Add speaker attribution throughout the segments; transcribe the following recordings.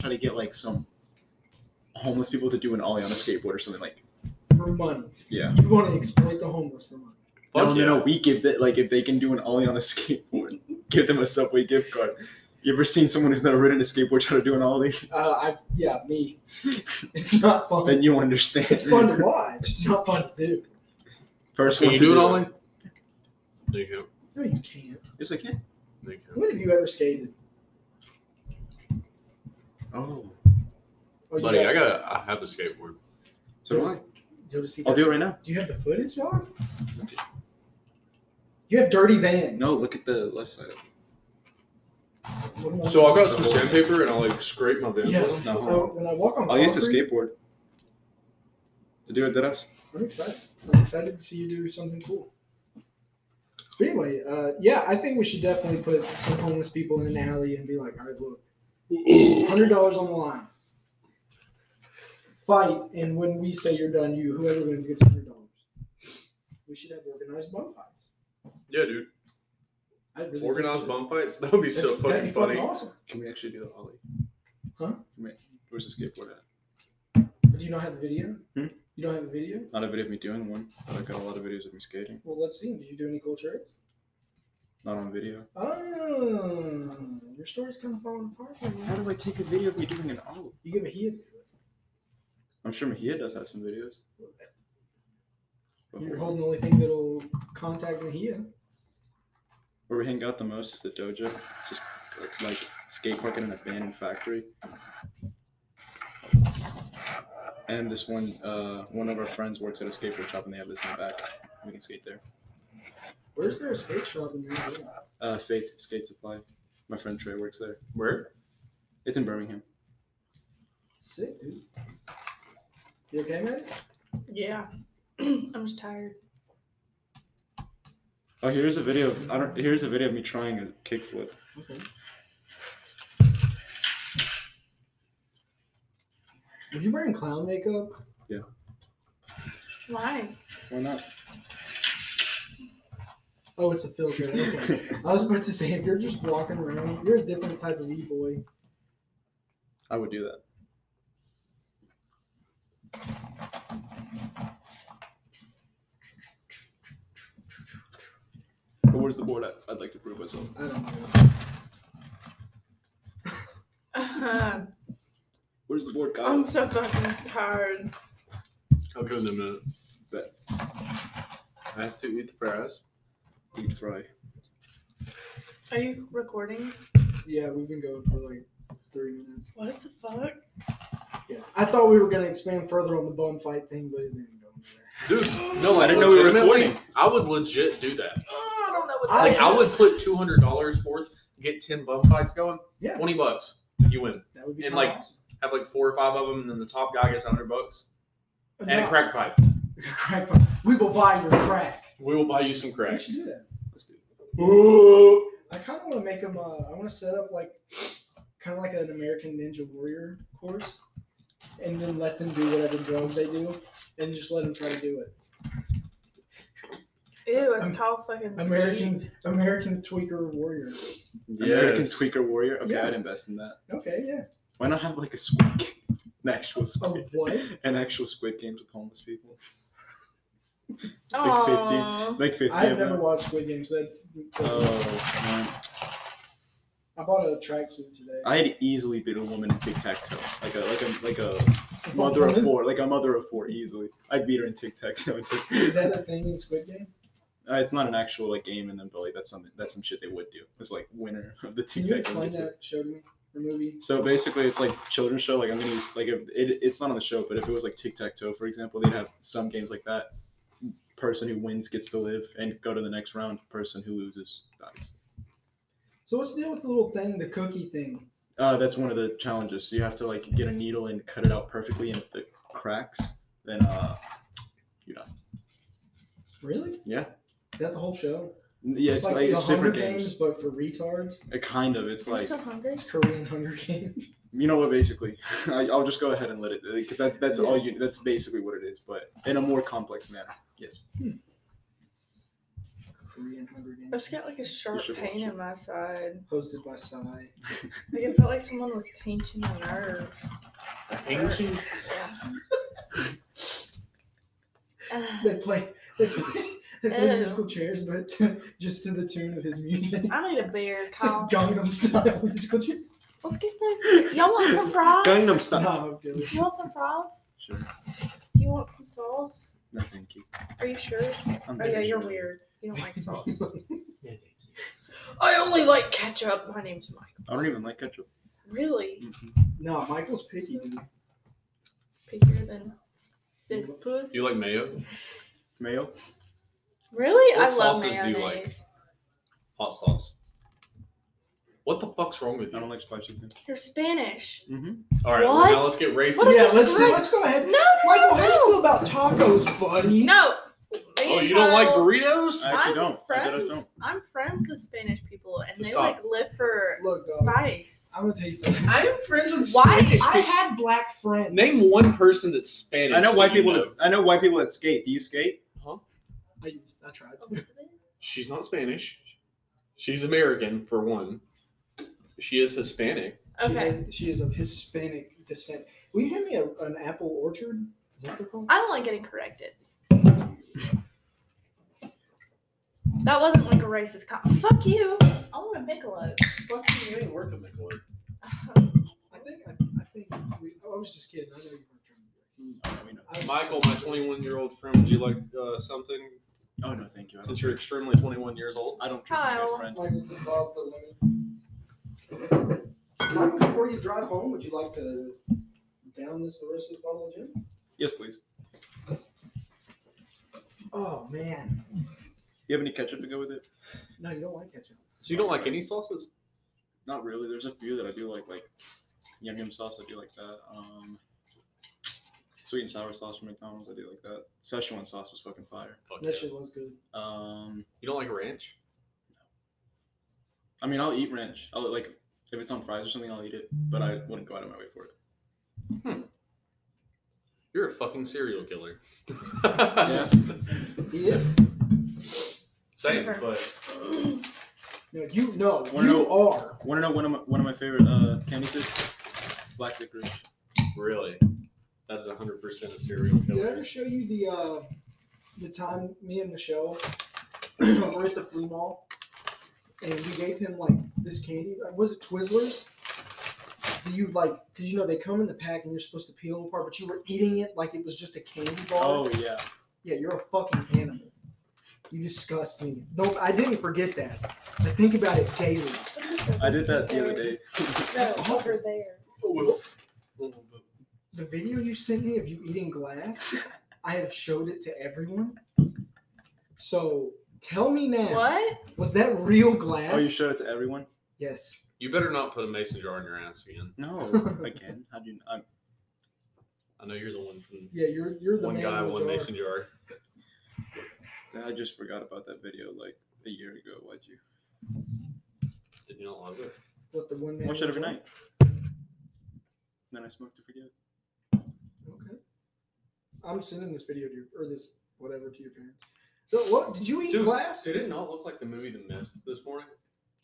Speaker 1: to get like some homeless people to do an ollie on a skateboard or something like.
Speaker 2: for money.
Speaker 1: Yeah.
Speaker 2: You want to exploit the homeless for money.
Speaker 1: No,
Speaker 3: Fuck
Speaker 1: no, no.
Speaker 3: yeah.
Speaker 1: We give that like if they can do an ollie on a skateboard, give them a subway gift card. You ever seen someone who's never ridden a skateboard try to do an ollie?
Speaker 2: Uh, I've yeah, me. It's not fun.
Speaker 1: Then you understand.
Speaker 2: it's fun to watch. It's not fun to do.
Speaker 1: First
Speaker 3: Can
Speaker 1: one
Speaker 3: you
Speaker 1: to
Speaker 3: do it,
Speaker 1: it.
Speaker 3: Ollie? No, you can't.
Speaker 2: No, you can't.
Speaker 1: Yes, I can.
Speaker 3: No, you can't.
Speaker 2: When have you ever skated?
Speaker 1: Oh,
Speaker 2: Oh, you
Speaker 3: Buddy,
Speaker 2: got-
Speaker 3: I got. to I have a skateboard.
Speaker 1: so do I.
Speaker 2: you'll just see
Speaker 1: I'll
Speaker 2: that.
Speaker 1: do it right now.
Speaker 2: Do you have the footage, John? You have dirty vans.
Speaker 1: No, look at the left side.
Speaker 2: What do I-
Speaker 3: So I got some sandpaper and I'll like scrape my van.
Speaker 2: Yeah.
Speaker 3: with it.
Speaker 1: No.
Speaker 2: Uh, when I walk on
Speaker 1: I'll use the
Speaker 2: concrete,
Speaker 1: skateboard to do it. That us.
Speaker 2: I'm excited. I'm excited to see you do something cool. But anyway, uh, yeah, I think we should definitely put some homeless people in an alley and be like, all right, look, hundred dollars on the line. Fight, and when we say you're done, you whoever wins gets hundred dollars. We should have organized bum fights.
Speaker 3: Yeah, dude.
Speaker 2: I really think
Speaker 3: Organized
Speaker 2: so.
Speaker 3: bum fights. That would be so
Speaker 2: That'd- that'd
Speaker 3: fucking
Speaker 2: be
Speaker 3: funny.
Speaker 2: Awesome.
Speaker 1: Can we actually do the ollie?
Speaker 2: Huh?
Speaker 1: Wait, Where's the skateboard at?
Speaker 2: But do you not have a video?
Speaker 1: Hmm?
Speaker 2: You don't have a video?
Speaker 1: Not a video of me doing one, but I got a lot of videos of me skating.
Speaker 2: Well, let's see. Do you do any cool tricks?
Speaker 1: Not on video.
Speaker 2: Oh, your story's kind of falling apart. right now.
Speaker 1: do I take a video of me doing an ollie?
Speaker 2: You give a hit.
Speaker 1: I'm sure Mahia does have some videos. But
Speaker 2: You're
Speaker 1: where-
Speaker 2: holding the only thing that'll contact me here.
Speaker 1: Where we hang out the most is the dojo. It's just uh, like skate park in an abandoned factory. And this one, uh, one of our friends works at a skateboard shop, and they have this in the back. We can skate there.
Speaker 2: Where's their skate shop in New York?
Speaker 1: Uh, Faith Skate Supply. My friend Trey works there.
Speaker 3: Where?
Speaker 1: It's in Birmingham.
Speaker 2: Sick, dude. You okay, man?
Speaker 4: Yeah. I'm just tired.
Speaker 1: Oh, here's a video. Of, I don't. Here's a video of me trying a kickflip.
Speaker 2: Okay. Were you wearing clown makeup?
Speaker 4: Why?
Speaker 1: Why not?
Speaker 2: Oh, it's a filter. Okay. I was about to say, if you're just walking around, you're a different type of e-boy.
Speaker 1: I would do that. But where's the board at? I'd like to prove myself.
Speaker 2: I don't know.
Speaker 4: I'm
Speaker 1: Where's the board,
Speaker 2: Um,
Speaker 1: Kyle?
Speaker 4: so fucking tired.
Speaker 3: I'll go in a minute.
Speaker 1: Bet.
Speaker 3: I have to eat the fries.
Speaker 1: Eat fry.
Speaker 4: Are you recording?
Speaker 2: Yeah, we've been going for like three minutes.
Speaker 4: What the fuck?
Speaker 2: Yeah. I thought we were going to expand further on the bum fight thing, but it didn't go anywhere.
Speaker 3: Dude, no, I didn't know we were recording. I would legit do that.
Speaker 4: Oh, I don't know what
Speaker 2: I-
Speaker 4: that
Speaker 3: Like, I would
Speaker 4: is.
Speaker 3: put two hundred dollars worth, get ten bum fights going.
Speaker 2: Yeah.
Speaker 3: twenty bucks, you win.
Speaker 2: That would be
Speaker 3: And,
Speaker 2: kinda
Speaker 3: like,
Speaker 2: awesome.
Speaker 3: Have like four or five of them, and then the top guy gets hundred bucks and
Speaker 2: No.
Speaker 3: a crack pipe.
Speaker 2: crack pipe. We will buy your crack.
Speaker 3: We will buy you some
Speaker 2: We
Speaker 3: crack.
Speaker 2: should do that.
Speaker 1: Let's do it.
Speaker 2: I kind of want to make them. Uh, I want to set up like kind of like an American Ninja Warrior course, and then let them do whatever drug they do, and just let them try to do it.
Speaker 4: Ew,
Speaker 2: Am-
Speaker 4: it's called fucking
Speaker 2: American American Tweaker Warrior.
Speaker 1: American
Speaker 3: Yes.
Speaker 1: Tweaker Warrior. Okay,
Speaker 2: Yeah.
Speaker 1: I'd invest in that.
Speaker 2: Okay, yeah.
Speaker 1: Why not have like a squid game? An actual
Speaker 2: Oh,
Speaker 1: squid.
Speaker 2: what?
Speaker 1: An actual squid games with homeless people.
Speaker 4: Aw.
Speaker 1: Make 50. Make 50
Speaker 2: I've
Speaker 1: of
Speaker 2: never
Speaker 1: them.
Speaker 2: watched Squid Games. That
Speaker 1: Oh, man.
Speaker 2: I bought a tracksuit today.
Speaker 1: I had easily been a woman in tic tac toe, like a like a like a mother of four, like a mother of four easily. I'd beat her in tic tac toe.
Speaker 2: Is that a thing in Squid Game?
Speaker 1: Uh, it's not an actual like game in them, but like that's something that's some shit they would do. It's like winner of the
Speaker 2: Can
Speaker 1: tic
Speaker 2: you
Speaker 1: tac
Speaker 2: explain
Speaker 1: toe.
Speaker 2: that show to me? The movie?
Speaker 1: So basically, it's like children's show. Like I'm gonna use like if it, it's not on the show, but if it was like tic tac toe, for example, they'd have some games like that. Person who wins gets to live and go to the next round. Person who loses dies.
Speaker 2: So what's the deal with the little thing, the cookie thing?
Speaker 1: Uh, that's one of the challenges. You have to like get a needle and cut it out perfectly, and if the cracks, then uh, you're done.
Speaker 2: Really?
Speaker 1: Yeah.
Speaker 2: Is that the whole show?
Speaker 1: Yeah, it's, like,
Speaker 2: the
Speaker 1: it's different
Speaker 2: Hunger
Speaker 1: games.
Speaker 2: but for retards.
Speaker 1: Uh, kind of. It's
Speaker 4: I'm
Speaker 1: like
Speaker 4: so hungry.
Speaker 2: It's Korean Hunger Games.
Speaker 1: you know what? Basically, I, I'll just go ahead and let it because that's that's all you. That's basically what it is, but in a more complex manner. Yes.
Speaker 2: Korean Hunger
Speaker 4: I
Speaker 2: Games.
Speaker 4: just got like a sharp
Speaker 1: should watch
Speaker 4: pain
Speaker 1: it.
Speaker 4: in my side.
Speaker 2: posted by Psy.
Speaker 4: Like it felt like someone was pinching my nerve. That hurt.
Speaker 5: Ancient.
Speaker 4: Ah,
Speaker 2: They play they play, they play
Speaker 4: Ew.
Speaker 2: musical chairs, but just to the tune of his music.
Speaker 4: I need a beer,
Speaker 2: It's like
Speaker 4: Kyle.
Speaker 2: Gangnam Style musical chairs.
Speaker 4: Let's get those. Y'all want some fries?
Speaker 1: Gangnam Style.
Speaker 2: Nah, I'm good.
Speaker 4: You want some fries?
Speaker 1: Sure.
Speaker 4: Do you want some sauce?
Speaker 1: No, thank you.
Speaker 4: Are you sure?
Speaker 1: I'm
Speaker 4: Oh yeah,
Speaker 1: very
Speaker 4: you're
Speaker 1: sure.
Speaker 4: weird. You don't like sauce.
Speaker 5: Yeah, thank you.
Speaker 4: I only like ketchup. My name's Mike.
Speaker 1: I don't even like ketchup.
Speaker 4: Really?
Speaker 1: Mhm.
Speaker 2: No, Michael's picky. dude.
Speaker 4: Pickier than this
Speaker 5: Do
Speaker 4: pussy.
Speaker 5: you like mayo?
Speaker 1: Mayo.
Speaker 4: Really?
Speaker 5: What
Speaker 4: I love
Speaker 5: sauces do you like?
Speaker 4: mayonnaise.
Speaker 5: Hot sauce. What the fuck's wrong with
Speaker 1: I don't
Speaker 5: you?
Speaker 1: like spicy things.
Speaker 4: You're Spanish.
Speaker 1: Mm-hmm.
Speaker 5: All right, well,
Speaker 4: What?
Speaker 5: now let's get racist.
Speaker 4: What is
Speaker 2: Yeah,
Speaker 4: this
Speaker 2: let's do,
Speaker 4: great?
Speaker 2: let's go ahead.
Speaker 4: No, no,
Speaker 2: Michael,
Speaker 4: no,
Speaker 2: how do you feel about tacos, buddy?
Speaker 4: No. Me
Speaker 5: Oh,
Speaker 4: and
Speaker 5: you don't like
Speaker 4: Kyle-
Speaker 5: burritos?
Speaker 1: I actually
Speaker 4: I'm
Speaker 1: don't. I
Speaker 4: Friends.
Speaker 1: bet I just don't.
Speaker 4: am friends with Spanish people, and
Speaker 5: Just
Speaker 4: they
Speaker 5: stop.
Speaker 4: like live for
Speaker 2: Look, dog,
Speaker 4: spice.
Speaker 2: I'm gonna tell you something.
Speaker 5: am friends with
Speaker 4: Why?
Speaker 5: Spanish
Speaker 2: I
Speaker 5: people.
Speaker 2: had black friends.
Speaker 5: Name one person that's Spanish.
Speaker 1: I know white
Speaker 5: that you
Speaker 1: people. That, I know white people that skate. Do you skate?
Speaker 2: I, used, I tried. to.
Speaker 4: Elizabeth?
Speaker 5: She's not Spanish. She's American for one. She is Hispanic.
Speaker 2: She,
Speaker 4: Okay.
Speaker 2: had- she is of Hispanic descent. Will you hand me a, an apple orchard? Is that what they're called?
Speaker 4: I don't like getting corrected. That wasn't like a racist comment. Fuck you. I want a Michelob.
Speaker 5: Fucking you ain't worth a Michelob.
Speaker 2: I think I, I think we, oh, I was just kidding. I know you weren't trying to.
Speaker 1: Oh,
Speaker 2: be
Speaker 1: we know.
Speaker 2: racist. I was just
Speaker 5: Michael, my
Speaker 2: saying-
Speaker 5: 21 year old friend, would you like uh, something
Speaker 1: Oh no, thank you. I don't.
Speaker 5: since you're extremely 21 years old?
Speaker 1: I don't drink my
Speaker 4: Kyle.
Speaker 1: friend.
Speaker 2: Michael's involved the lemon. Michael, before you drive home, would you like to down this the rest of this bottle of gin?
Speaker 1: Yes, please.
Speaker 2: Oh man,
Speaker 1: You have any ketchup to go with it?
Speaker 2: no, you don't like ketchup.
Speaker 5: So you don't like any sauces?
Speaker 1: Not really. There's a few that I do like, like yum yum sauce. I do like that. Um, sweet and sour sauce from McDonald's. I do like that. Szechuan sauce was fucking fire.
Speaker 5: Fuck
Speaker 2: That
Speaker 5: yeah.
Speaker 2: shit was good.
Speaker 1: Um,
Speaker 5: You don't like ranch?
Speaker 1: I mean, I'll eat ranch. I'll like if it's on fries or something, I'll eat it. But I wouldn't go out of my way for it.
Speaker 5: You're a fucking serial killer.
Speaker 2: He is.
Speaker 5: Same,
Speaker 4: Never.
Speaker 5: but
Speaker 2: No, you no,
Speaker 1: We're
Speaker 2: you
Speaker 1: no-
Speaker 2: are.
Speaker 1: Want to know one of my, one of my favorite uh, candies is black licorice.
Speaker 5: really, that is 100% a serial
Speaker 2: Did I
Speaker 5: killer.
Speaker 2: ever show you the uh, the time me and Michelle were at the flea mall, and we gave him like this candy? Like, Was it Twizzlers? Do you like? Because you know they come in the pack and you're supposed to peel them apart, but you were eating it like it was just a candy bar.
Speaker 1: Oh yeah,
Speaker 2: Yeah, you're a fucking animal. You disgust me. Don't. I didn't forget that. I think about it daily.
Speaker 1: I did that the other day.
Speaker 4: No, over there.
Speaker 2: The video you sent me of you eating glass, I have showed it to everyone. So tell me now,
Speaker 4: What?
Speaker 2: was that real glass?
Speaker 1: Oh, you showed it to everyone?
Speaker 2: yes.
Speaker 5: You better not put a mason jar in your ass again.
Speaker 1: No, again. How do you? I'm,
Speaker 5: I know you're the one from
Speaker 2: Yeah, you're you're the
Speaker 5: one
Speaker 2: man
Speaker 5: guy,
Speaker 2: with the
Speaker 5: one
Speaker 2: jar.
Speaker 5: mason jar.
Speaker 1: I just forgot about that video like a year ago. Why'd you?
Speaker 5: Did you not love it?
Speaker 2: What the one man?
Speaker 1: Watch it
Speaker 2: with
Speaker 1: every
Speaker 2: the jar?
Speaker 1: night. Then I smoked to forget.
Speaker 2: Okay. I'm sending this video to your, or this whatever to your parents. So what? Did you eat glass?
Speaker 5: Did it not look like the movie The Mist this morning?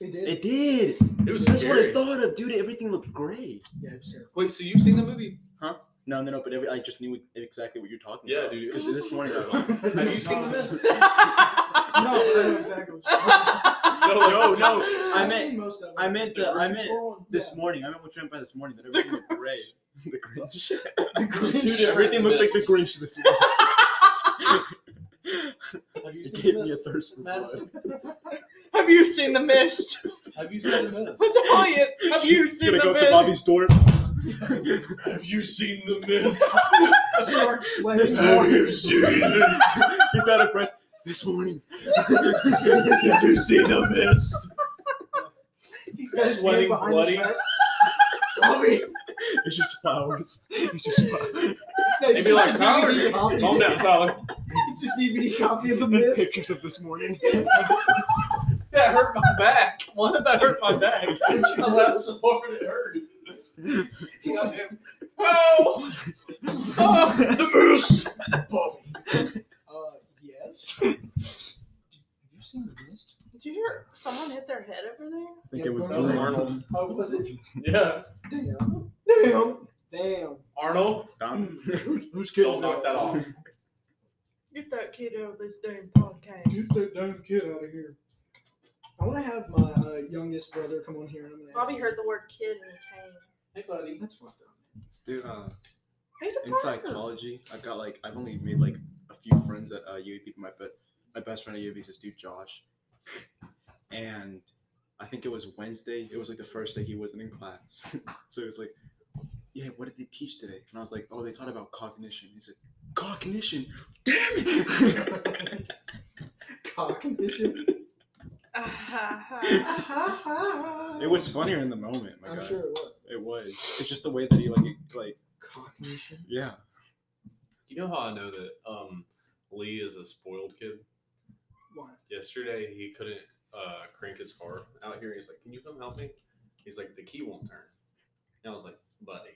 Speaker 2: They did.
Speaker 1: It did.
Speaker 5: It was
Speaker 1: That's what
Speaker 5: scary.
Speaker 1: I thought of, dude. Everything looked great.
Speaker 2: yeah, it was terrible.
Speaker 5: Wait, so you've seen the movie?
Speaker 1: No, no, no. But every, I just knew exactly what you're talking
Speaker 5: Yeah,
Speaker 1: about.
Speaker 5: dude, it
Speaker 1: Because
Speaker 5: was-
Speaker 1: this morning.
Speaker 5: Yeah, like- Have you seen The
Speaker 2: No.
Speaker 5: Mist?
Speaker 2: No, I know exactly. What you're
Speaker 1: no, no. I
Speaker 2: I've
Speaker 1: meant.
Speaker 2: seen most of it.
Speaker 1: I meant the. I
Speaker 5: grocery
Speaker 1: meant this morning. I meant what you meant by this morning. That everything looked great. the Grinch.
Speaker 2: The
Speaker 5: Two
Speaker 2: Grinch.
Speaker 5: different
Speaker 1: everything looked like the
Speaker 5: mists.
Speaker 1: Grinch this morning.
Speaker 5: Have you
Speaker 1: it
Speaker 5: seen
Speaker 1: gave
Speaker 5: The
Speaker 1: me a
Speaker 5: Mist?
Speaker 1: thirst for blood.
Speaker 5: Madison,
Speaker 4: Have you seen the mist?
Speaker 5: Have you seen The Mist?
Speaker 4: What's all you? Have you
Speaker 1: It's
Speaker 4: seen
Speaker 1: gonna
Speaker 4: the
Speaker 1: go up to
Speaker 4: mist?
Speaker 1: Bobby's door.
Speaker 5: Have you seen The Mist?
Speaker 2: Shark sled.
Speaker 1: This morning. He's out of breath. This morning.
Speaker 5: Did you see The Mist?
Speaker 2: He's got his hand
Speaker 5: Sweating
Speaker 2: behind
Speaker 5: bloody.
Speaker 2: his back. Bobby.
Speaker 1: It's just flowers. It's just flowers.
Speaker 2: No,
Speaker 5: They'd
Speaker 2: it's
Speaker 5: be
Speaker 2: just
Speaker 5: like,
Speaker 2: a
Speaker 5: Tyler,
Speaker 2: DVD copy.
Speaker 5: calm down, Tyler.
Speaker 2: It's a DVD copy of The Mist.
Speaker 1: Pictures of this morning.
Speaker 5: That hurt my back. Why did that hurt my back? I laughed so hard it hurt.
Speaker 2: He's like,
Speaker 5: Oh! the moose!
Speaker 2: Bobby. Uh, yes. Have you seen The Oh, Damn.
Speaker 5: Arnold,
Speaker 1: Dom?
Speaker 2: Who's, who's kid
Speaker 5: don't
Speaker 2: is
Speaker 5: knock that off.
Speaker 4: Get that kid out of this damn podcast.
Speaker 2: Get that damn kid out of here. I want to have my uh, youngest brother come on here and I'm gonna. ask
Speaker 4: Bobby
Speaker 2: him.
Speaker 4: heard the word kid and he came.
Speaker 5: Hey, buddy.
Speaker 2: That's fucked up.
Speaker 1: Dude, uh,
Speaker 4: He's a
Speaker 1: in
Speaker 4: problem.
Speaker 1: psychology, I've got like I've only made like a few friends at uh, UAB. but My but my best friend at UAB is this dude Josh, and I think it was Wednesday. It was like the first day he wasn't in class, so it was like, yeah, what did they teach today? And I was like, oh, they taught about cognition. He said, cognition, damn it.
Speaker 2: Cock condition.
Speaker 4: Ah-ha-ha.
Speaker 1: It was funnier in the moment, my
Speaker 2: I'm
Speaker 1: god.
Speaker 2: sure it was.
Speaker 1: It was. It's just the way that he like it, like
Speaker 2: Cock condition.
Speaker 1: yeah.
Speaker 5: You know how I know that um, Lee is a spoiled kid?
Speaker 2: Why?
Speaker 5: Yesterday, he couldn't uh, crank his car out here. He's like, Can you come help me? He's like, The key won't turn. And I was like, Buddy,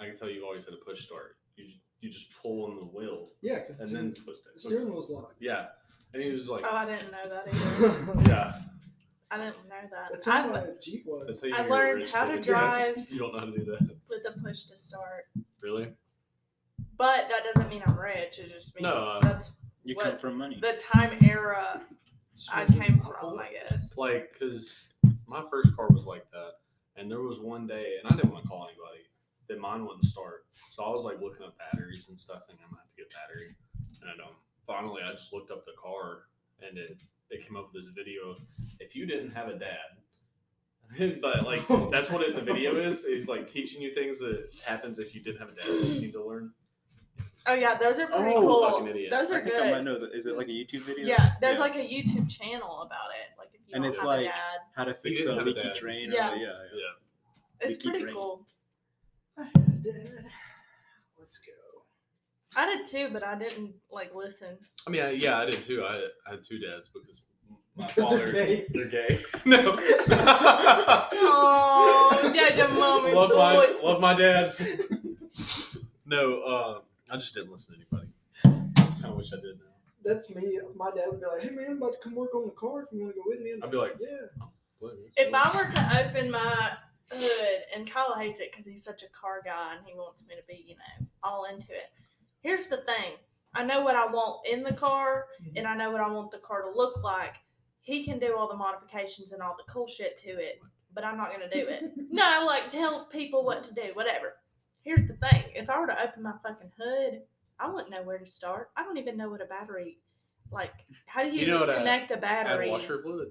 Speaker 5: I can tell you always had a push start. You, ju- you just pull on the wheel
Speaker 2: Yeah, because
Speaker 5: and then twist
Speaker 2: the
Speaker 5: it.
Speaker 2: steering wheel's locked.
Speaker 5: Yeah. And he was like,
Speaker 4: oh, I didn't know that either.
Speaker 2: That's
Speaker 5: Yeah.
Speaker 4: I didn't know that.
Speaker 2: how
Speaker 4: I,
Speaker 2: my Jeep was.
Speaker 5: That's how you
Speaker 4: I
Speaker 5: get a
Speaker 4: learned
Speaker 5: rich
Speaker 4: how to
Speaker 5: kid.
Speaker 4: drive.
Speaker 5: Yes, You don't know how to do that.
Speaker 4: with the push to start.
Speaker 5: Really?
Speaker 4: But that doesn't mean I'm rich. It just means
Speaker 5: No, uh,
Speaker 4: that's
Speaker 1: You
Speaker 4: What?
Speaker 1: come from money.
Speaker 4: the time era I came from, I guess.
Speaker 5: like because my first car was like that and there was one day and i didn't want to call anybody that mine wouldn't start so i was like looking up batteries and stuff thinking i'm gonna have to get a battery and um, finally i just looked up the car and it, it came up with this video of if you didn't have a dad but like that's what it, the video is is like teaching you things that happens if you didn't have a dad that you need to learn
Speaker 4: Oh yeah, those are pretty
Speaker 1: Oh,
Speaker 5: fucking
Speaker 4: cool.
Speaker 5: idiot.
Speaker 4: Those are
Speaker 1: I think I might
Speaker 4: good.
Speaker 1: know that. Is it like a YouTube video?
Speaker 4: Yeah, there's
Speaker 1: Yeah.
Speaker 4: like a YouTube channel about it. Like if you
Speaker 1: And
Speaker 4: don't
Speaker 1: it's
Speaker 4: have a
Speaker 1: like-
Speaker 4: dad,
Speaker 1: How to fix
Speaker 5: didn't
Speaker 1: a
Speaker 5: have a
Speaker 1: leaky
Speaker 5: dad.
Speaker 1: drain? Or,
Speaker 4: Yeah.
Speaker 1: yeah, yeah.
Speaker 4: it's
Speaker 1: Vicky
Speaker 4: pretty
Speaker 1: Drake.
Speaker 4: cool.
Speaker 2: I had a dad. Let's go.
Speaker 4: I did too, but I didn't like listen.
Speaker 5: i mean I, yeah i did too I, I had two dads because my
Speaker 2: Because
Speaker 5: father
Speaker 2: they're gay.
Speaker 5: They're gay. No.
Speaker 4: Oh, yeah, your mom is
Speaker 5: love my
Speaker 4: boy.
Speaker 5: love my dads. No, uh, I just didn't listen to anybody. I wish I did. Now.
Speaker 2: That's me. My dad would be like, "Hey man, I'm about to come work on the car. If you want to go with me." And
Speaker 5: I'd be like,
Speaker 2: "Yeah."
Speaker 4: If I were to open my hood, and Kyle hates it because he's such a car guy and he wants me to be, you know, all into it. Here's the thing I know what I want in the car, and I know what I want the car to look like. He can do all the modifications and all the cool shit to it, but I'm not going to do it. no, like tell people what to do, whatever. Here's the thing if I were to open my fucking hood, I wouldn't know where to start. I don't even know what a battery, like, how do you,
Speaker 5: You know what a-
Speaker 4: connect a battery?
Speaker 5: I'd wash her blood.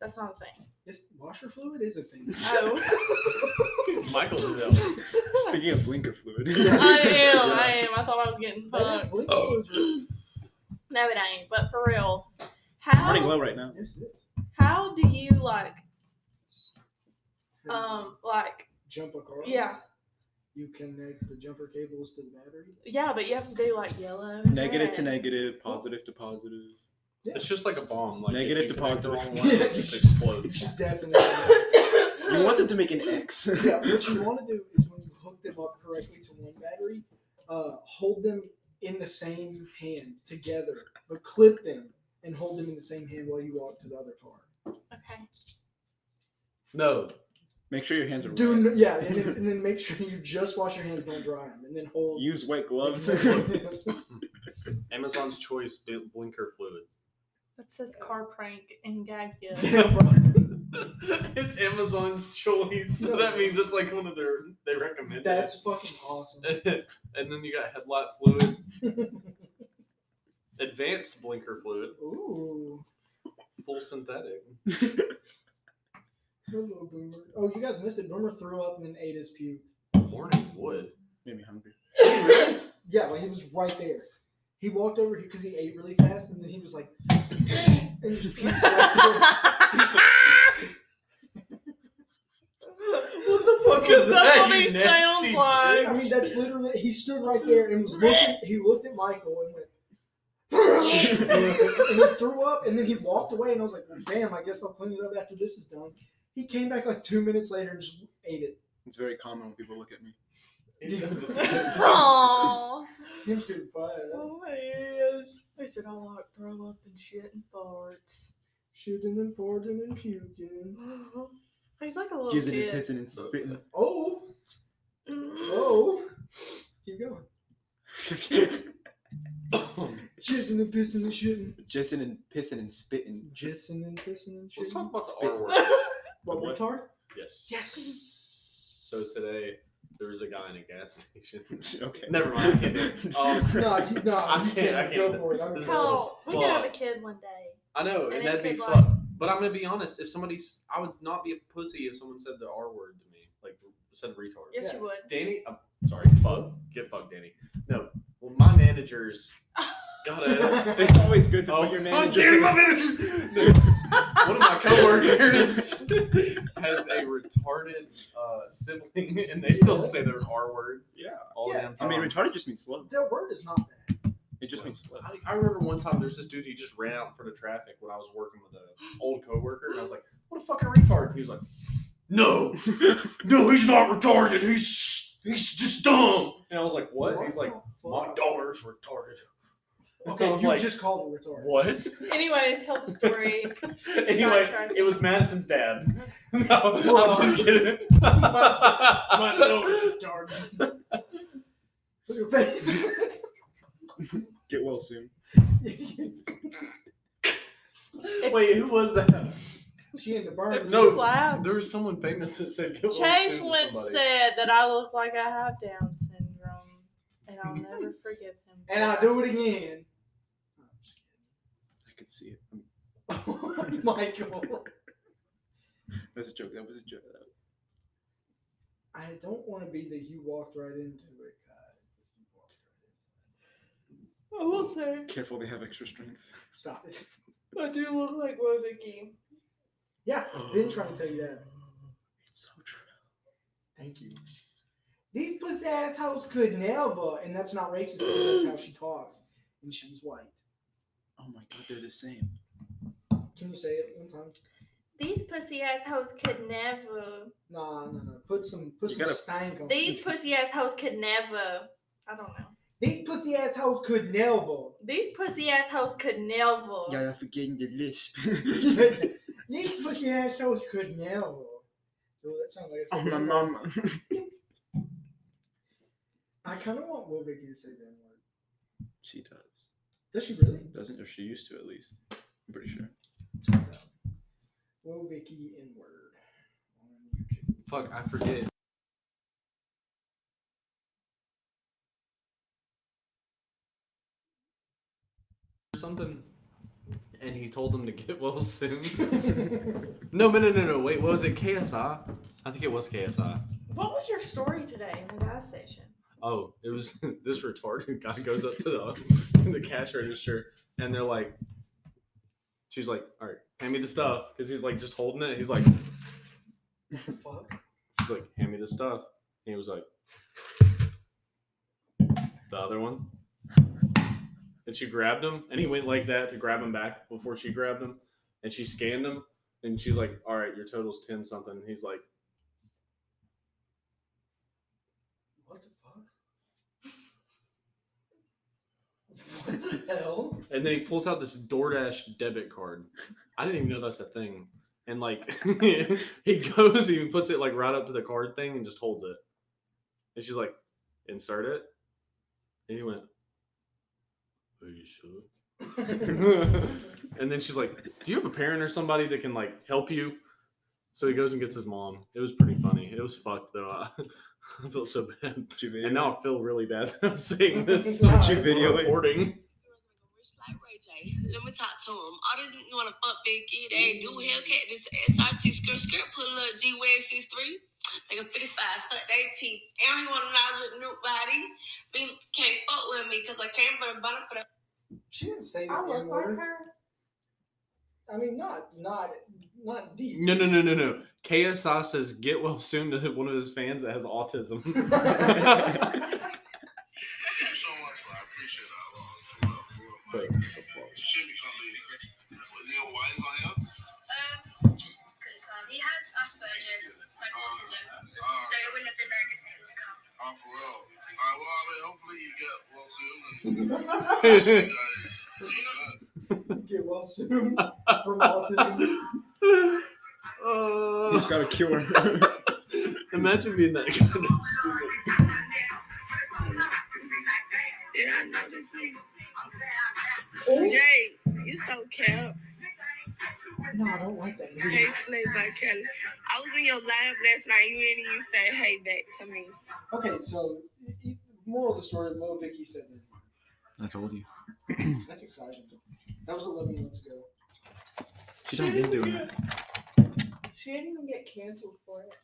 Speaker 4: That's not a thing.
Speaker 2: Yes, washer fluid is a thing.
Speaker 4: Oh.
Speaker 5: Michael did that.
Speaker 1: Just thinking of blinker fluid.
Speaker 4: I am. I am. I thought I was getting
Speaker 2: Like,
Speaker 4: punked.
Speaker 2: blink
Speaker 5: Oh.
Speaker 2: fluid's real.
Speaker 4: No, it ain't. But for real,
Speaker 1: I'm running
Speaker 4: how
Speaker 1: low right now.
Speaker 2: Yes, it is.
Speaker 4: how do you like um like
Speaker 2: jump a car.
Speaker 4: yeah
Speaker 2: You connect the jumper cables to the battery.
Speaker 4: yeah? But you have to do like yellow, and
Speaker 1: Negative
Speaker 4: red.
Speaker 1: to negative, positive to positive.
Speaker 5: It's just like a bomb. Like
Speaker 1: Negative
Speaker 5: if you
Speaker 1: to
Speaker 5: connect the
Speaker 1: positive.
Speaker 5: wrong one, it just explodes.
Speaker 2: definitely.
Speaker 1: You want them to make an X.
Speaker 2: yeah, what you want to do is when you hook them up correctly to one battery, uh, hold them in the same hand together, but clip them and hold them in the same hand while you walk to the other car.
Speaker 4: Okay.
Speaker 5: No,
Speaker 1: Make sure your hands are
Speaker 2: Do
Speaker 1: wet.
Speaker 2: n- yeah, and then, and then make sure you just wash your hands, don't dry them, and then hold.
Speaker 1: Use wet gloves.
Speaker 5: Amazon's choice bl- blinker fluid.
Speaker 4: That says car prank and gag gift.
Speaker 2: Damn, bro.
Speaker 5: it's Amazon's choice, so that means it's like one of their they recommend. it.
Speaker 2: That's fucking awesome.
Speaker 5: and then you got headlight fluid, advanced blinker fluid,
Speaker 2: Ooh.
Speaker 5: full synthetic.
Speaker 2: Hello, Boomer. Oh, you guys missed it. Boomer threw up and then ate his puke.
Speaker 5: Morning wood.
Speaker 1: Made me hungry.
Speaker 2: Yeah, like he was right there. He walked over here because he ate really fast, and then he was like, and just puked right
Speaker 5: What the fuck is
Speaker 4: That's
Speaker 5: that?
Speaker 4: what he
Speaker 5: you nasty
Speaker 4: sounds
Speaker 2: there.
Speaker 4: like.
Speaker 2: I mean, that's literally. He stood right there and was looking. He looked at Michael and went, and he threw up, and then he walked away, and I was like, well, damn, I guess I'll clean it up after this is done. He came back like two minutes later and just ate it.
Speaker 1: It's very common when people look at me.
Speaker 5: He's so disgusting.
Speaker 4: Aww.
Speaker 2: He was getting fired.
Speaker 4: Oh, yes. They said I like throw up and shit and farts.
Speaker 2: Shooting and farting and puking.
Speaker 4: He's like a little
Speaker 1: Jizzing and
Speaker 4: kid.
Speaker 1: pissing and spitting.
Speaker 2: Oh,
Speaker 4: Mm.
Speaker 2: oh. Jizzing and pissing and shitting.
Speaker 1: Jissing and pissing and spitting.
Speaker 2: Jizzing and pissing and
Speaker 5: Let's talk
Speaker 2: shitting.
Speaker 5: about the
Speaker 1: Spit.
Speaker 5: R word.
Speaker 2: What,
Speaker 5: What?
Speaker 2: retard?
Speaker 5: Yes.
Speaker 2: Yes.
Speaker 5: So today there was a guy in a gas station.
Speaker 1: Okay.
Speaker 5: Never mind. I can't do it. Um,
Speaker 2: No, you, no,
Speaker 5: I
Speaker 2: you
Speaker 5: can't-
Speaker 2: can't,
Speaker 5: I
Speaker 2: go
Speaker 5: can't.
Speaker 2: for it. I'm
Speaker 5: This is
Speaker 2: sorry.
Speaker 4: Hell, we could have a
Speaker 5: fuck.
Speaker 4: kid one day.
Speaker 5: I know,
Speaker 4: And
Speaker 5: and,
Speaker 4: it
Speaker 5: that'd be
Speaker 4: could,
Speaker 5: fucked. But I'm gonna be honest. If somebody's, I would not be a pussy if someone said the R word to me, like said retard.
Speaker 4: Yes,
Speaker 2: Yeah.
Speaker 4: you would.
Speaker 5: Danny, I'm sorry, fuck, get fucked, Danny. No, well, my managers gotta.
Speaker 1: It's always good to
Speaker 5: Oh,
Speaker 1: put your
Speaker 5: oh,
Speaker 1: manager.
Speaker 5: Danny, my
Speaker 1: manager.
Speaker 5: one of my coworkers has a retarded uh, sibling, and they still say their R word
Speaker 1: Yeah.
Speaker 5: all
Speaker 2: Yeah,
Speaker 5: damn
Speaker 1: I
Speaker 5: time.
Speaker 1: mean, retarded just means slow.
Speaker 2: That word is not bad.
Speaker 1: It just means slow.
Speaker 5: I, I remember one time there's this dude he just ran out in front of traffic when I was working with an old coworker, and I was like, "What a fucking retard!" And he was like, "No, no, he's not retarded. He's he's just dumb." And I was like, "What?" And he's like,
Speaker 2: the fuck?
Speaker 5: "My daughter's retarded." And I
Speaker 2: Okay,
Speaker 5: was
Speaker 2: you
Speaker 5: like,
Speaker 2: just called it retard.
Speaker 5: what?
Speaker 4: Anyways, tell the story.
Speaker 5: anyway, it was Madison's dad. no, I'm just kidding.
Speaker 2: My daughter's retarded. Look at your face.
Speaker 1: Get well soon.
Speaker 5: Wait, who was that?
Speaker 2: she in the burn.
Speaker 5: No.
Speaker 4: Wow.
Speaker 5: There was someone famous that said "Get well
Speaker 4: Chase
Speaker 5: soon" to
Speaker 4: once
Speaker 5: somebody.
Speaker 4: said that I look like I have Down syndrome, and I'll never forgive him. for
Speaker 2: And I
Speaker 4: that.
Speaker 2: do it again.
Speaker 1: I could see it. Um,
Speaker 2: Michael.
Speaker 1: That's a joke. That was a joke.
Speaker 2: I don't want to be the you walked right into it guy. You walked right
Speaker 4: I will say,
Speaker 1: Careful, they have extra strength.
Speaker 2: in. Stop it.
Speaker 4: I do look like Wovicki.
Speaker 2: Yeah, I've been trying to tell you that.
Speaker 1: It's so true.
Speaker 2: Thank you. These pussy assholes could never, and that's not racist because that's how she talks, and she's white.
Speaker 1: Oh my god, they're the same.
Speaker 2: Can you say it one time?
Speaker 4: These pussy ass hoes could never.
Speaker 2: Nah, no, no. Put some, put
Speaker 1: You
Speaker 2: some
Speaker 1: gotta-
Speaker 2: stank on
Speaker 4: These
Speaker 2: it.
Speaker 4: pussy ass hoes could never. I don't know.
Speaker 2: These pussy assholes could never.
Speaker 4: These pussy ass hoes could never.
Speaker 1: Yeah, I'm forgetting the lisp.
Speaker 2: These pussy assholes could never. Ooh, that sounds like it's-
Speaker 1: oh my mama.
Speaker 2: I kind of want Wilvicky to say that word.
Speaker 1: she does.
Speaker 2: Does she really?
Speaker 1: Doesn't or she used to at least. I'm pretty sure.
Speaker 2: Will Vicky N word on YouTube.
Speaker 5: Fuck, I forget. Something, and he told them to get well soon. no, no, no, no, no. Wait, what was it? KSI? I think it was KSI.
Speaker 4: What was your story today in the gas station?
Speaker 5: Oh, it was this retarded guy goes up to the the cash register and they're like, she's like, all right, hand me the stuff because he's like just holding it. He's like,
Speaker 2: What the fuck?
Speaker 5: He's like, hand me the stuff. And he was like, the other one. And she grabbed him, and he went like that to grab him back before she grabbed him. And she scanned him, and she's like, all right, your total's 10 something. He's like,
Speaker 2: What the fuck? What the hell?
Speaker 5: and then he pulls out this DoorDash debit card. I didn't even know that's a thing. And like, he goes, he puts it like right up to the card thing and just holds it. And she's like, insert it. And he went, are you sure? and then she's like, "Do you have a parent or somebody that can like help you?" So he goes and gets his mom. It was pretty funny. It was fucked though. I, I felt so bad,
Speaker 1: Did you video?
Speaker 5: and now I feel really bad that I'm saying this.
Speaker 2: Did you
Speaker 5: It's on
Speaker 1: video it?
Speaker 5: recording?
Speaker 6: Rich like Ray J. Let me talk to him. All this nigga wanna fuck Big E. They do Hellcat. This SRT skirt skirt. Put a little G Wag 63. Make a 55. Suck they teeth. And he wanna lodge with new body. But he can't fuck with me because I came from the bottom for the.
Speaker 2: She didn't say
Speaker 4: I
Speaker 2: that
Speaker 4: look
Speaker 2: N
Speaker 4: like
Speaker 2: word.
Speaker 4: her.
Speaker 2: I mean, not, not, not deep.
Speaker 5: No, no, no, no, no. KSI says, "Get well soon" to one of his fans that has autism.
Speaker 7: Thank you so much, man. I appreciate it. I love, I love, I love, Mike. She should be coming. But you know why he's not here?
Speaker 8: Um, just couldn't come. He has Asperger's, like autism,
Speaker 7: Uh,
Speaker 8: so it wouldn't have been very good for him to come.
Speaker 7: uh, for real. All right, well, I mean, hopefully you get well soon. And see you guys.
Speaker 2: Get well soon from autism.
Speaker 1: He's
Speaker 5: Uh,
Speaker 1: got a cure.
Speaker 5: imagine being that kind of stupid.
Speaker 7: Yeah,
Speaker 6: Jay, you so cap.
Speaker 2: No, I don't like that
Speaker 6: Hey,
Speaker 2: music.
Speaker 6: Slay by Kelly. I was in your live last night. You didn't even say hey back to me.
Speaker 2: Okay, so y- y- moral of the story, Lil Vicky said that.
Speaker 1: I told you.
Speaker 2: That's exciting. That was 11 months ago.
Speaker 1: She don't been doing it.
Speaker 4: She didn't even get canceled for it.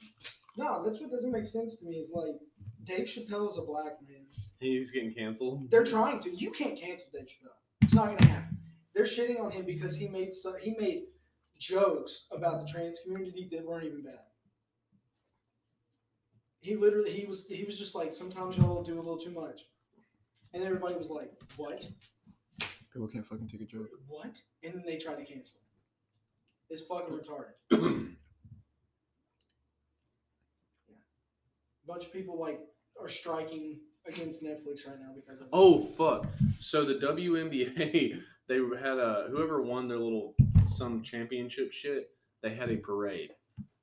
Speaker 2: No, that's what doesn't make sense to me. Is like Dave Chappelle is a black man.
Speaker 5: He's getting canceled.
Speaker 2: They're trying to. You can't cancel Dave Chappelle. It's not gonna happen. They're shitting on him because he made so, he made jokes about the trans community that weren't even bad. He literally he was he was just like sometimes y'all do a little too much, and everybody was like, "What?
Speaker 1: People can't fucking take a joke.
Speaker 2: What?" And then they tried to cancel. him. It's fucking retarded. yeah, bunch of people like are striking against Netflix right now because of it.
Speaker 5: Oh fuck! So the WNBA, they had a whoever won their little some championship shit. They had a parade,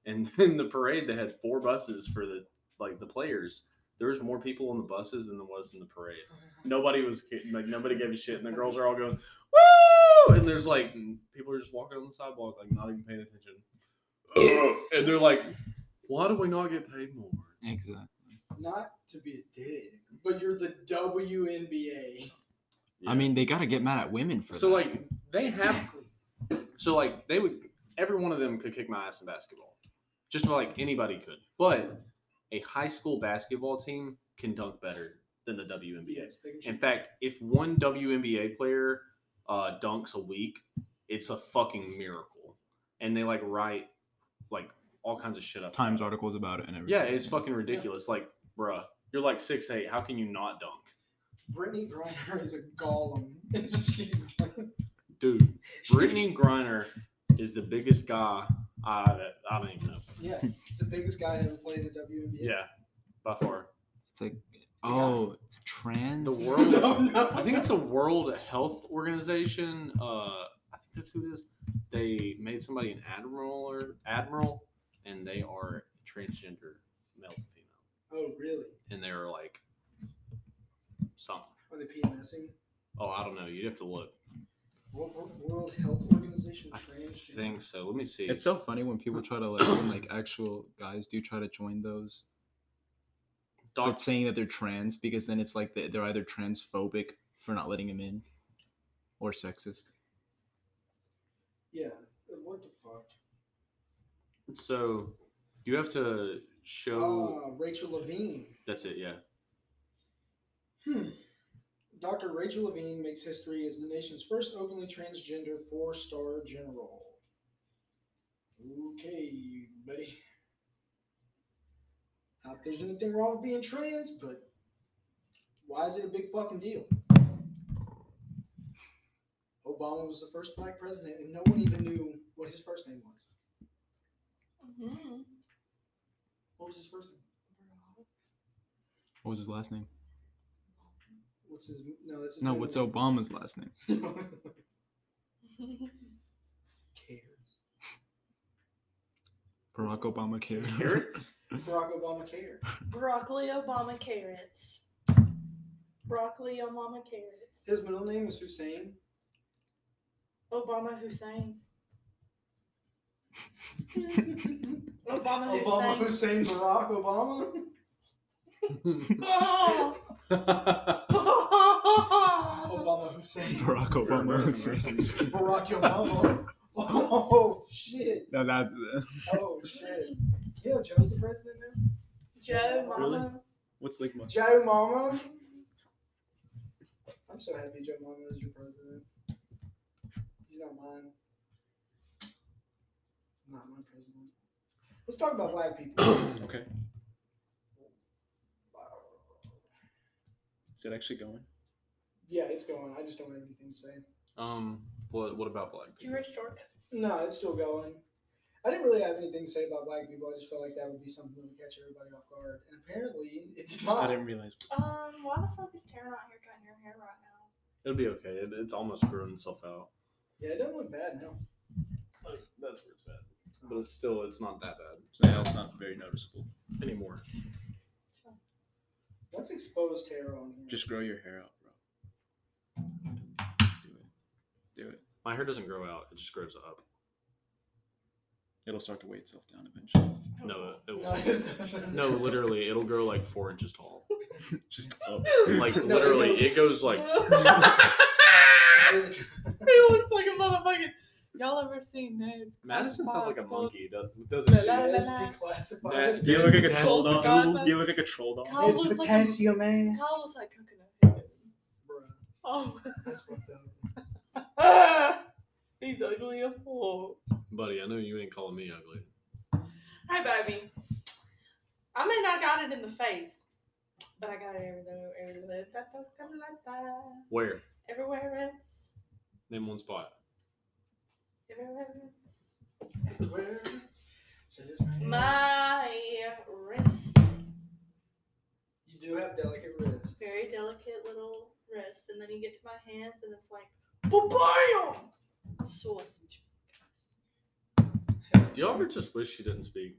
Speaker 5: and in the parade they had four buses for the like the players. There was more people on the buses than there was in the parade. Nobody was kidding. Like nobody gave a shit, and the girls are all going woo, and there's like people are just walking on the sidewalk, like not even paying attention, and they're like, "Why do we not get paid more?"
Speaker 1: Exactly.
Speaker 2: not to be a dick, but you're the WNBA.
Speaker 1: I mean, they gotta get mad at women for
Speaker 5: so
Speaker 1: that.
Speaker 5: like they have So like they would every one of them could kick my ass in basketball. Just like anybody could. But a high school basketball team can dunk better than the WNBA.
Speaker 2: Yes, they can
Speaker 5: In
Speaker 2: shoot.
Speaker 5: fact, if one WNBA player uh, dunks a week, it's a fucking miracle. And they like write like all kinds of shit up.
Speaker 1: Times articles about it and everything.
Speaker 5: Yeah, it's fucking ridiculous. Like, bruh, you're like six eight. How can you not dunk,
Speaker 2: Brittany Griner is a golem. She's like,
Speaker 5: dude? Brittany Griner is the biggest guy. I I don't even know.
Speaker 2: yeah, the biggest guy to ever play in the WNBA.
Speaker 5: Yeah, by far.
Speaker 1: It's like, oh, it's trans.
Speaker 5: The world.
Speaker 2: no, no.
Speaker 5: I think it's the World Health Organization. Uh, I think that's who it is. They made somebody an admiral or admiral, and they are transgender, male to female,
Speaker 2: Oh, really?
Speaker 5: and they were like something.
Speaker 2: Are they PMSing?
Speaker 5: Oh, I don't know. You'd have to look.
Speaker 2: World, World- World Health Organization
Speaker 5: I
Speaker 2: transgender.
Speaker 5: think so. Let me see.
Speaker 1: It's so funny when people try to like when like actual guys do try to join those.
Speaker 5: Doc-
Speaker 1: But saying that they're trans because then it's like they- they're either transphobic for not letting him in, or sexist.
Speaker 2: Yeah. What the fuck?
Speaker 5: so you have to show.
Speaker 2: Ah, Rachel Levine.
Speaker 5: That's it. Yeah.
Speaker 2: Hmm. Dr. Rachel Levine makes history as the nation's first openly transgender four star general. Okay, buddy. Not that there's anything wrong with being trans, but why is it a big fucking deal? Obama was the first black president, and no one even knew what his first name was.
Speaker 4: Mm-hmm.
Speaker 2: What was his first name?
Speaker 1: What was his last name?
Speaker 2: What's his? No, that's his
Speaker 1: No,
Speaker 2: middle
Speaker 1: what's
Speaker 2: name.
Speaker 1: Obama's last name?
Speaker 2: cares?
Speaker 1: Barack Obama cared.
Speaker 5: Carrots.
Speaker 2: Barack Obama cares.
Speaker 4: Broccoli Obama carrots. Broccoli Obama carrots.
Speaker 2: His middle name is Hussein.
Speaker 4: Obama Hussein. Obama Hussein.
Speaker 2: Obama Hussein Barack Obama.
Speaker 4: Oh.
Speaker 2: Obama Hussein
Speaker 1: Barack Obama.
Speaker 5: American,
Speaker 1: was-
Speaker 2: Barack Obama. Oh shit!
Speaker 1: no, that's
Speaker 2: Oh shit! Yeah, Joe's the president now.
Speaker 4: Joe Mama.
Speaker 1: what's like my
Speaker 2: Joe Mama. I'm so happy Joe Mama is your president. He's not mine. Not my president. Let's talk about black people.
Speaker 1: okay. Is it actually going?
Speaker 2: yeah, it's going. I just don't have anything to say.
Speaker 5: um. What? What about black
Speaker 4: Did you
Speaker 5: people?
Speaker 4: restore?
Speaker 2: No, it's still going. I didn't really have anything to say about black people. I just felt like that would be something that would catch everybody off guard. And apparently, it did not.
Speaker 1: I didn't realize.
Speaker 4: Um, why the fuck is Tara not here cutting your hair right now?
Speaker 5: It'll be okay. It, it's almost grown itself out.
Speaker 2: Yeah, it doesn't look bad now.
Speaker 5: That's where it's bad. But it's still, it's not that bad
Speaker 1: So now it's not very noticeable.
Speaker 5: anymore.
Speaker 2: Let's expose Tara on here.
Speaker 1: Just grow your hair out, bro.
Speaker 5: My hair doesn't grow out; it just grows up.
Speaker 1: It'll start to weigh itself down eventually.
Speaker 5: No, it, it
Speaker 3: No,
Speaker 5: will.
Speaker 3: his doesn't.
Speaker 5: No, literally, it'll grow like four inches tall.
Speaker 1: Just oh, up.
Speaker 5: Like
Speaker 3: No, it
Speaker 5: literally,
Speaker 3: goes-
Speaker 5: it goes like
Speaker 4: he looks like a motherfucking. Y'all ever seen Ned's?
Speaker 5: Madison sounds like a
Speaker 4: Classifieds called-
Speaker 5: monkey, do- doesn't
Speaker 4: La,
Speaker 5: she?
Speaker 4: la, la,
Speaker 3: It's
Speaker 4: la.
Speaker 3: declassified.
Speaker 1: Do you look like a
Speaker 5: Yes.
Speaker 1: troll
Speaker 4: Oh,
Speaker 1: doll?
Speaker 4: God.
Speaker 1: Do you look like a troll doll?
Speaker 4: Kyle
Speaker 2: It's
Speaker 4: looks like a.
Speaker 2: potassium ass.
Speaker 4: Kyle looks like coconut. head.
Speaker 2: Bruh,
Speaker 4: Oh,
Speaker 2: that's fucked up.
Speaker 4: he's ugly a fool.
Speaker 5: Buddy, I know you ain't calling me ugly.
Speaker 4: Hi, baby. I may not got it in the face, but I got it everywhere, everywhere. That does come like that.
Speaker 5: Where?
Speaker 4: Everywhere else.
Speaker 5: Name one spot.
Speaker 4: Everywhere else.
Speaker 3: Words, says man.
Speaker 4: My wrist.
Speaker 2: You do have delicate wrists.
Speaker 4: Very delicate little wrist. And then you get to my hands and it's like, bam! Sausage.
Speaker 5: Do y'all ever just wish she didn't speak?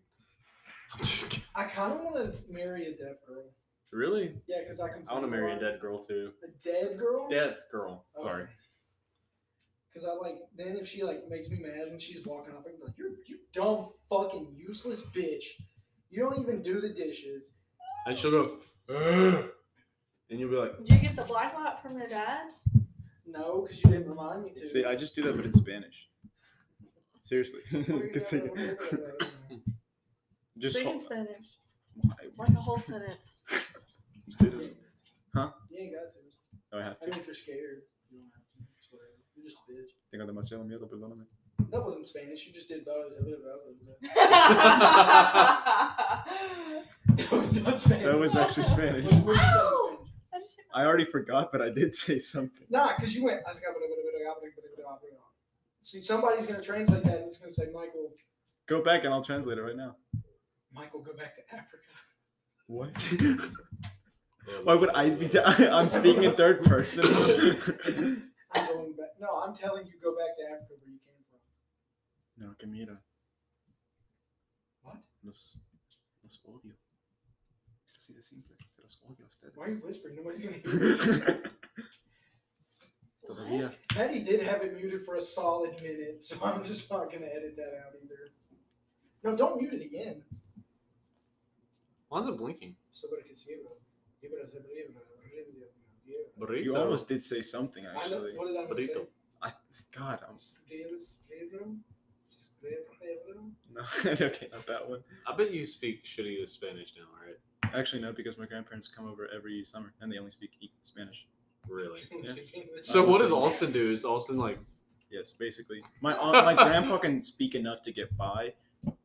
Speaker 2: I kind of want to marry a deaf girl.
Speaker 5: really?
Speaker 2: Yeah, because I can.
Speaker 5: I want to marry a dead girl too.
Speaker 2: A dead girl.
Speaker 5: Deaf girl. Sorry.
Speaker 2: Because I like then if she like makes me mad when she's walking off, I'm like, "You're you dumb fucking useless bitch. You don't even do the dishes."
Speaker 5: And she'll go, "Ugh." and you'll be like,
Speaker 4: Did you get the black light from your dad's?
Speaker 2: No, because you didn't remind me to.
Speaker 1: See, I just do that, but in Spanish. Seriously. Because they- just
Speaker 4: Speak in
Speaker 1: call-
Speaker 4: Spanish.
Speaker 1: Why-
Speaker 4: Like a whole sentence.
Speaker 1: This is,
Speaker 2: You ain't got to.
Speaker 1: oh, I have
Speaker 2: I
Speaker 1: to.
Speaker 2: mean, if you're scared, you don't have to. It's whatever. You're just a bitch.
Speaker 1: Tengo demasiado miedo, perdóname.
Speaker 2: That wasn't Spanish. You just did both. That was-
Speaker 4: I
Speaker 2: that was not Spanish.
Speaker 1: That was actually Spanish.
Speaker 2: What- what did you say in
Speaker 4: Ow!
Speaker 2: Spanish?
Speaker 4: just hit my
Speaker 1: I already forgot, but I did say something.
Speaker 2: Nah, because you went. See, somebody's gonna translate that, and it's gonna say, "Michael,
Speaker 1: Go back and I'll translate it right now.
Speaker 2: Michael, go back to Africa."
Speaker 1: What?
Speaker 5: "Yeah,
Speaker 1: Why would I be? T- I'm speaking in third person.
Speaker 2: I'm going back. No, I'm telling you, go back to Africa where you came from.
Speaker 1: no, que mira.
Speaker 2: What?
Speaker 1: Los, los odio. Es así de simple. que Los odio a ustedes.
Speaker 2: Why are you whispering? Nobody's gonna hear. you.
Speaker 1: Todavía.
Speaker 2: Patty did have it muted for a solid minute, so I'm just not gonna edit that out either. No, don't mute it again,
Speaker 5: Why's it blinking?
Speaker 2: somebody can see it.
Speaker 5: Burrito.
Speaker 1: You almost did say something,
Speaker 2: I know.
Speaker 1: actually.
Speaker 2: What did I gonna say?
Speaker 5: Burrito.
Speaker 1: I, God, I'm. No, okay, not that one.
Speaker 5: I bet you speak shitty Spanish now, right?
Speaker 1: Actually, no, because my grandparents come over every summer and they only speak e- Spanish.
Speaker 5: Really?
Speaker 1: So
Speaker 5: So
Speaker 1: what
Speaker 5: what
Speaker 1: does
Speaker 5: does Austin do? Is Austin like
Speaker 1: Yes, basically. My aunt, my grandpa can speak enough to get by,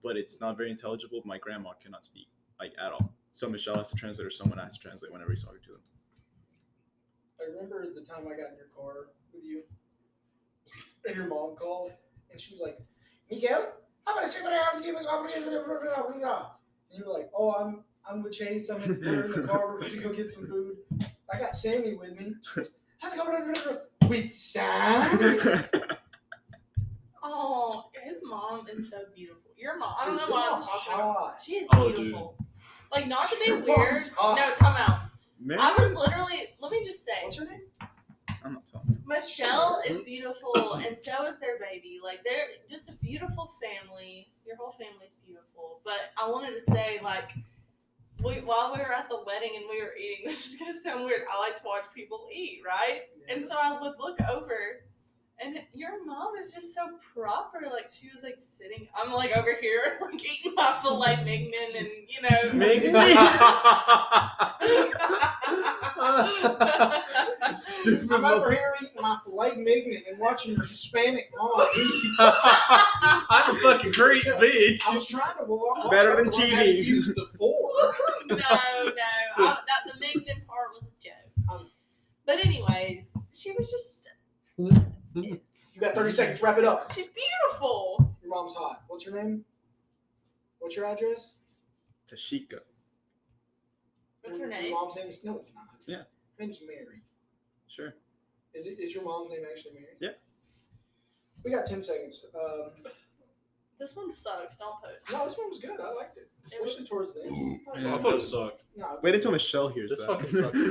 Speaker 1: but it's not very intelligible. My grandma cannot speak like at all. So Michelle has to translate, or someone has to translate whenever he's talking to them.
Speaker 2: I remember the time I got in your car with you, and your mom called, and she was like, "Miguel, I'm gonna see what I have to give." And you were like, "Oh, I'm I'm with Chase. I'm in, we're in the car. We're going to go get some food. I got Sammy with me. She goes, How's it going with Sam?"
Speaker 4: Oh, his mom is so beautiful. Your mom, I don't know why I'm
Speaker 2: Mom's
Speaker 4: talking about.
Speaker 2: hot.
Speaker 4: She is
Speaker 5: Oh, dude.
Speaker 4: beautiful. Like not to be
Speaker 2: Your
Speaker 4: weird.
Speaker 2: mom's hot.
Speaker 4: No, come out.
Speaker 1: Man,
Speaker 4: I was literally. Let me just say,
Speaker 2: What's her name?
Speaker 1: I'm not telling.
Speaker 4: Michelle is beautiful, and so is their baby. Like they're just a beautiful family. Your whole family's beautiful. But I wanted to say, like, we, while we were at the wedding and we were eating, this is gonna sound weird. I like to watch people eat, right? And so I would look over, and your mom is just so proper. Like she was like sitting. I'm like over here, like eating my filet mignon, and you know.
Speaker 1: Stupid
Speaker 2: I'm
Speaker 1: mother-
Speaker 2: over here eating my filet mignon and watching your Hispanic mom eat.
Speaker 5: I'm a fucking great
Speaker 2: I
Speaker 5: bitch.
Speaker 2: was trying to. Well, I was
Speaker 1: Better
Speaker 2: trying
Speaker 1: than
Speaker 2: to learn how to
Speaker 1: TV.
Speaker 2: Use the fork.
Speaker 4: no, no. I, that the mignon part was a joke. Um, but anyways, she was just.
Speaker 2: You got 30 seconds. Wrap it up.
Speaker 4: She's beautiful.
Speaker 2: Your mom's hot. What's your name? What's your address?
Speaker 1: Tashika.
Speaker 4: What's her
Speaker 2: Your-
Speaker 4: name?
Speaker 2: Your mom's name is no, it's not.
Speaker 1: Yeah.
Speaker 2: Her name's Mary.
Speaker 1: Sure.
Speaker 2: Is it? Is your mom's name actually Mary?
Speaker 1: Yeah.
Speaker 2: We got 10 seconds. Um,
Speaker 4: This one sucks. Don't post.
Speaker 2: no, this one was good. I liked it, especially towards the end.
Speaker 4: I thought it
Speaker 1: Yeah.
Speaker 5: I
Speaker 4: was-
Speaker 5: thought it sucked.
Speaker 2: No,
Speaker 1: Wait until Michelle hears
Speaker 5: This
Speaker 1: that.
Speaker 5: fucking sucks.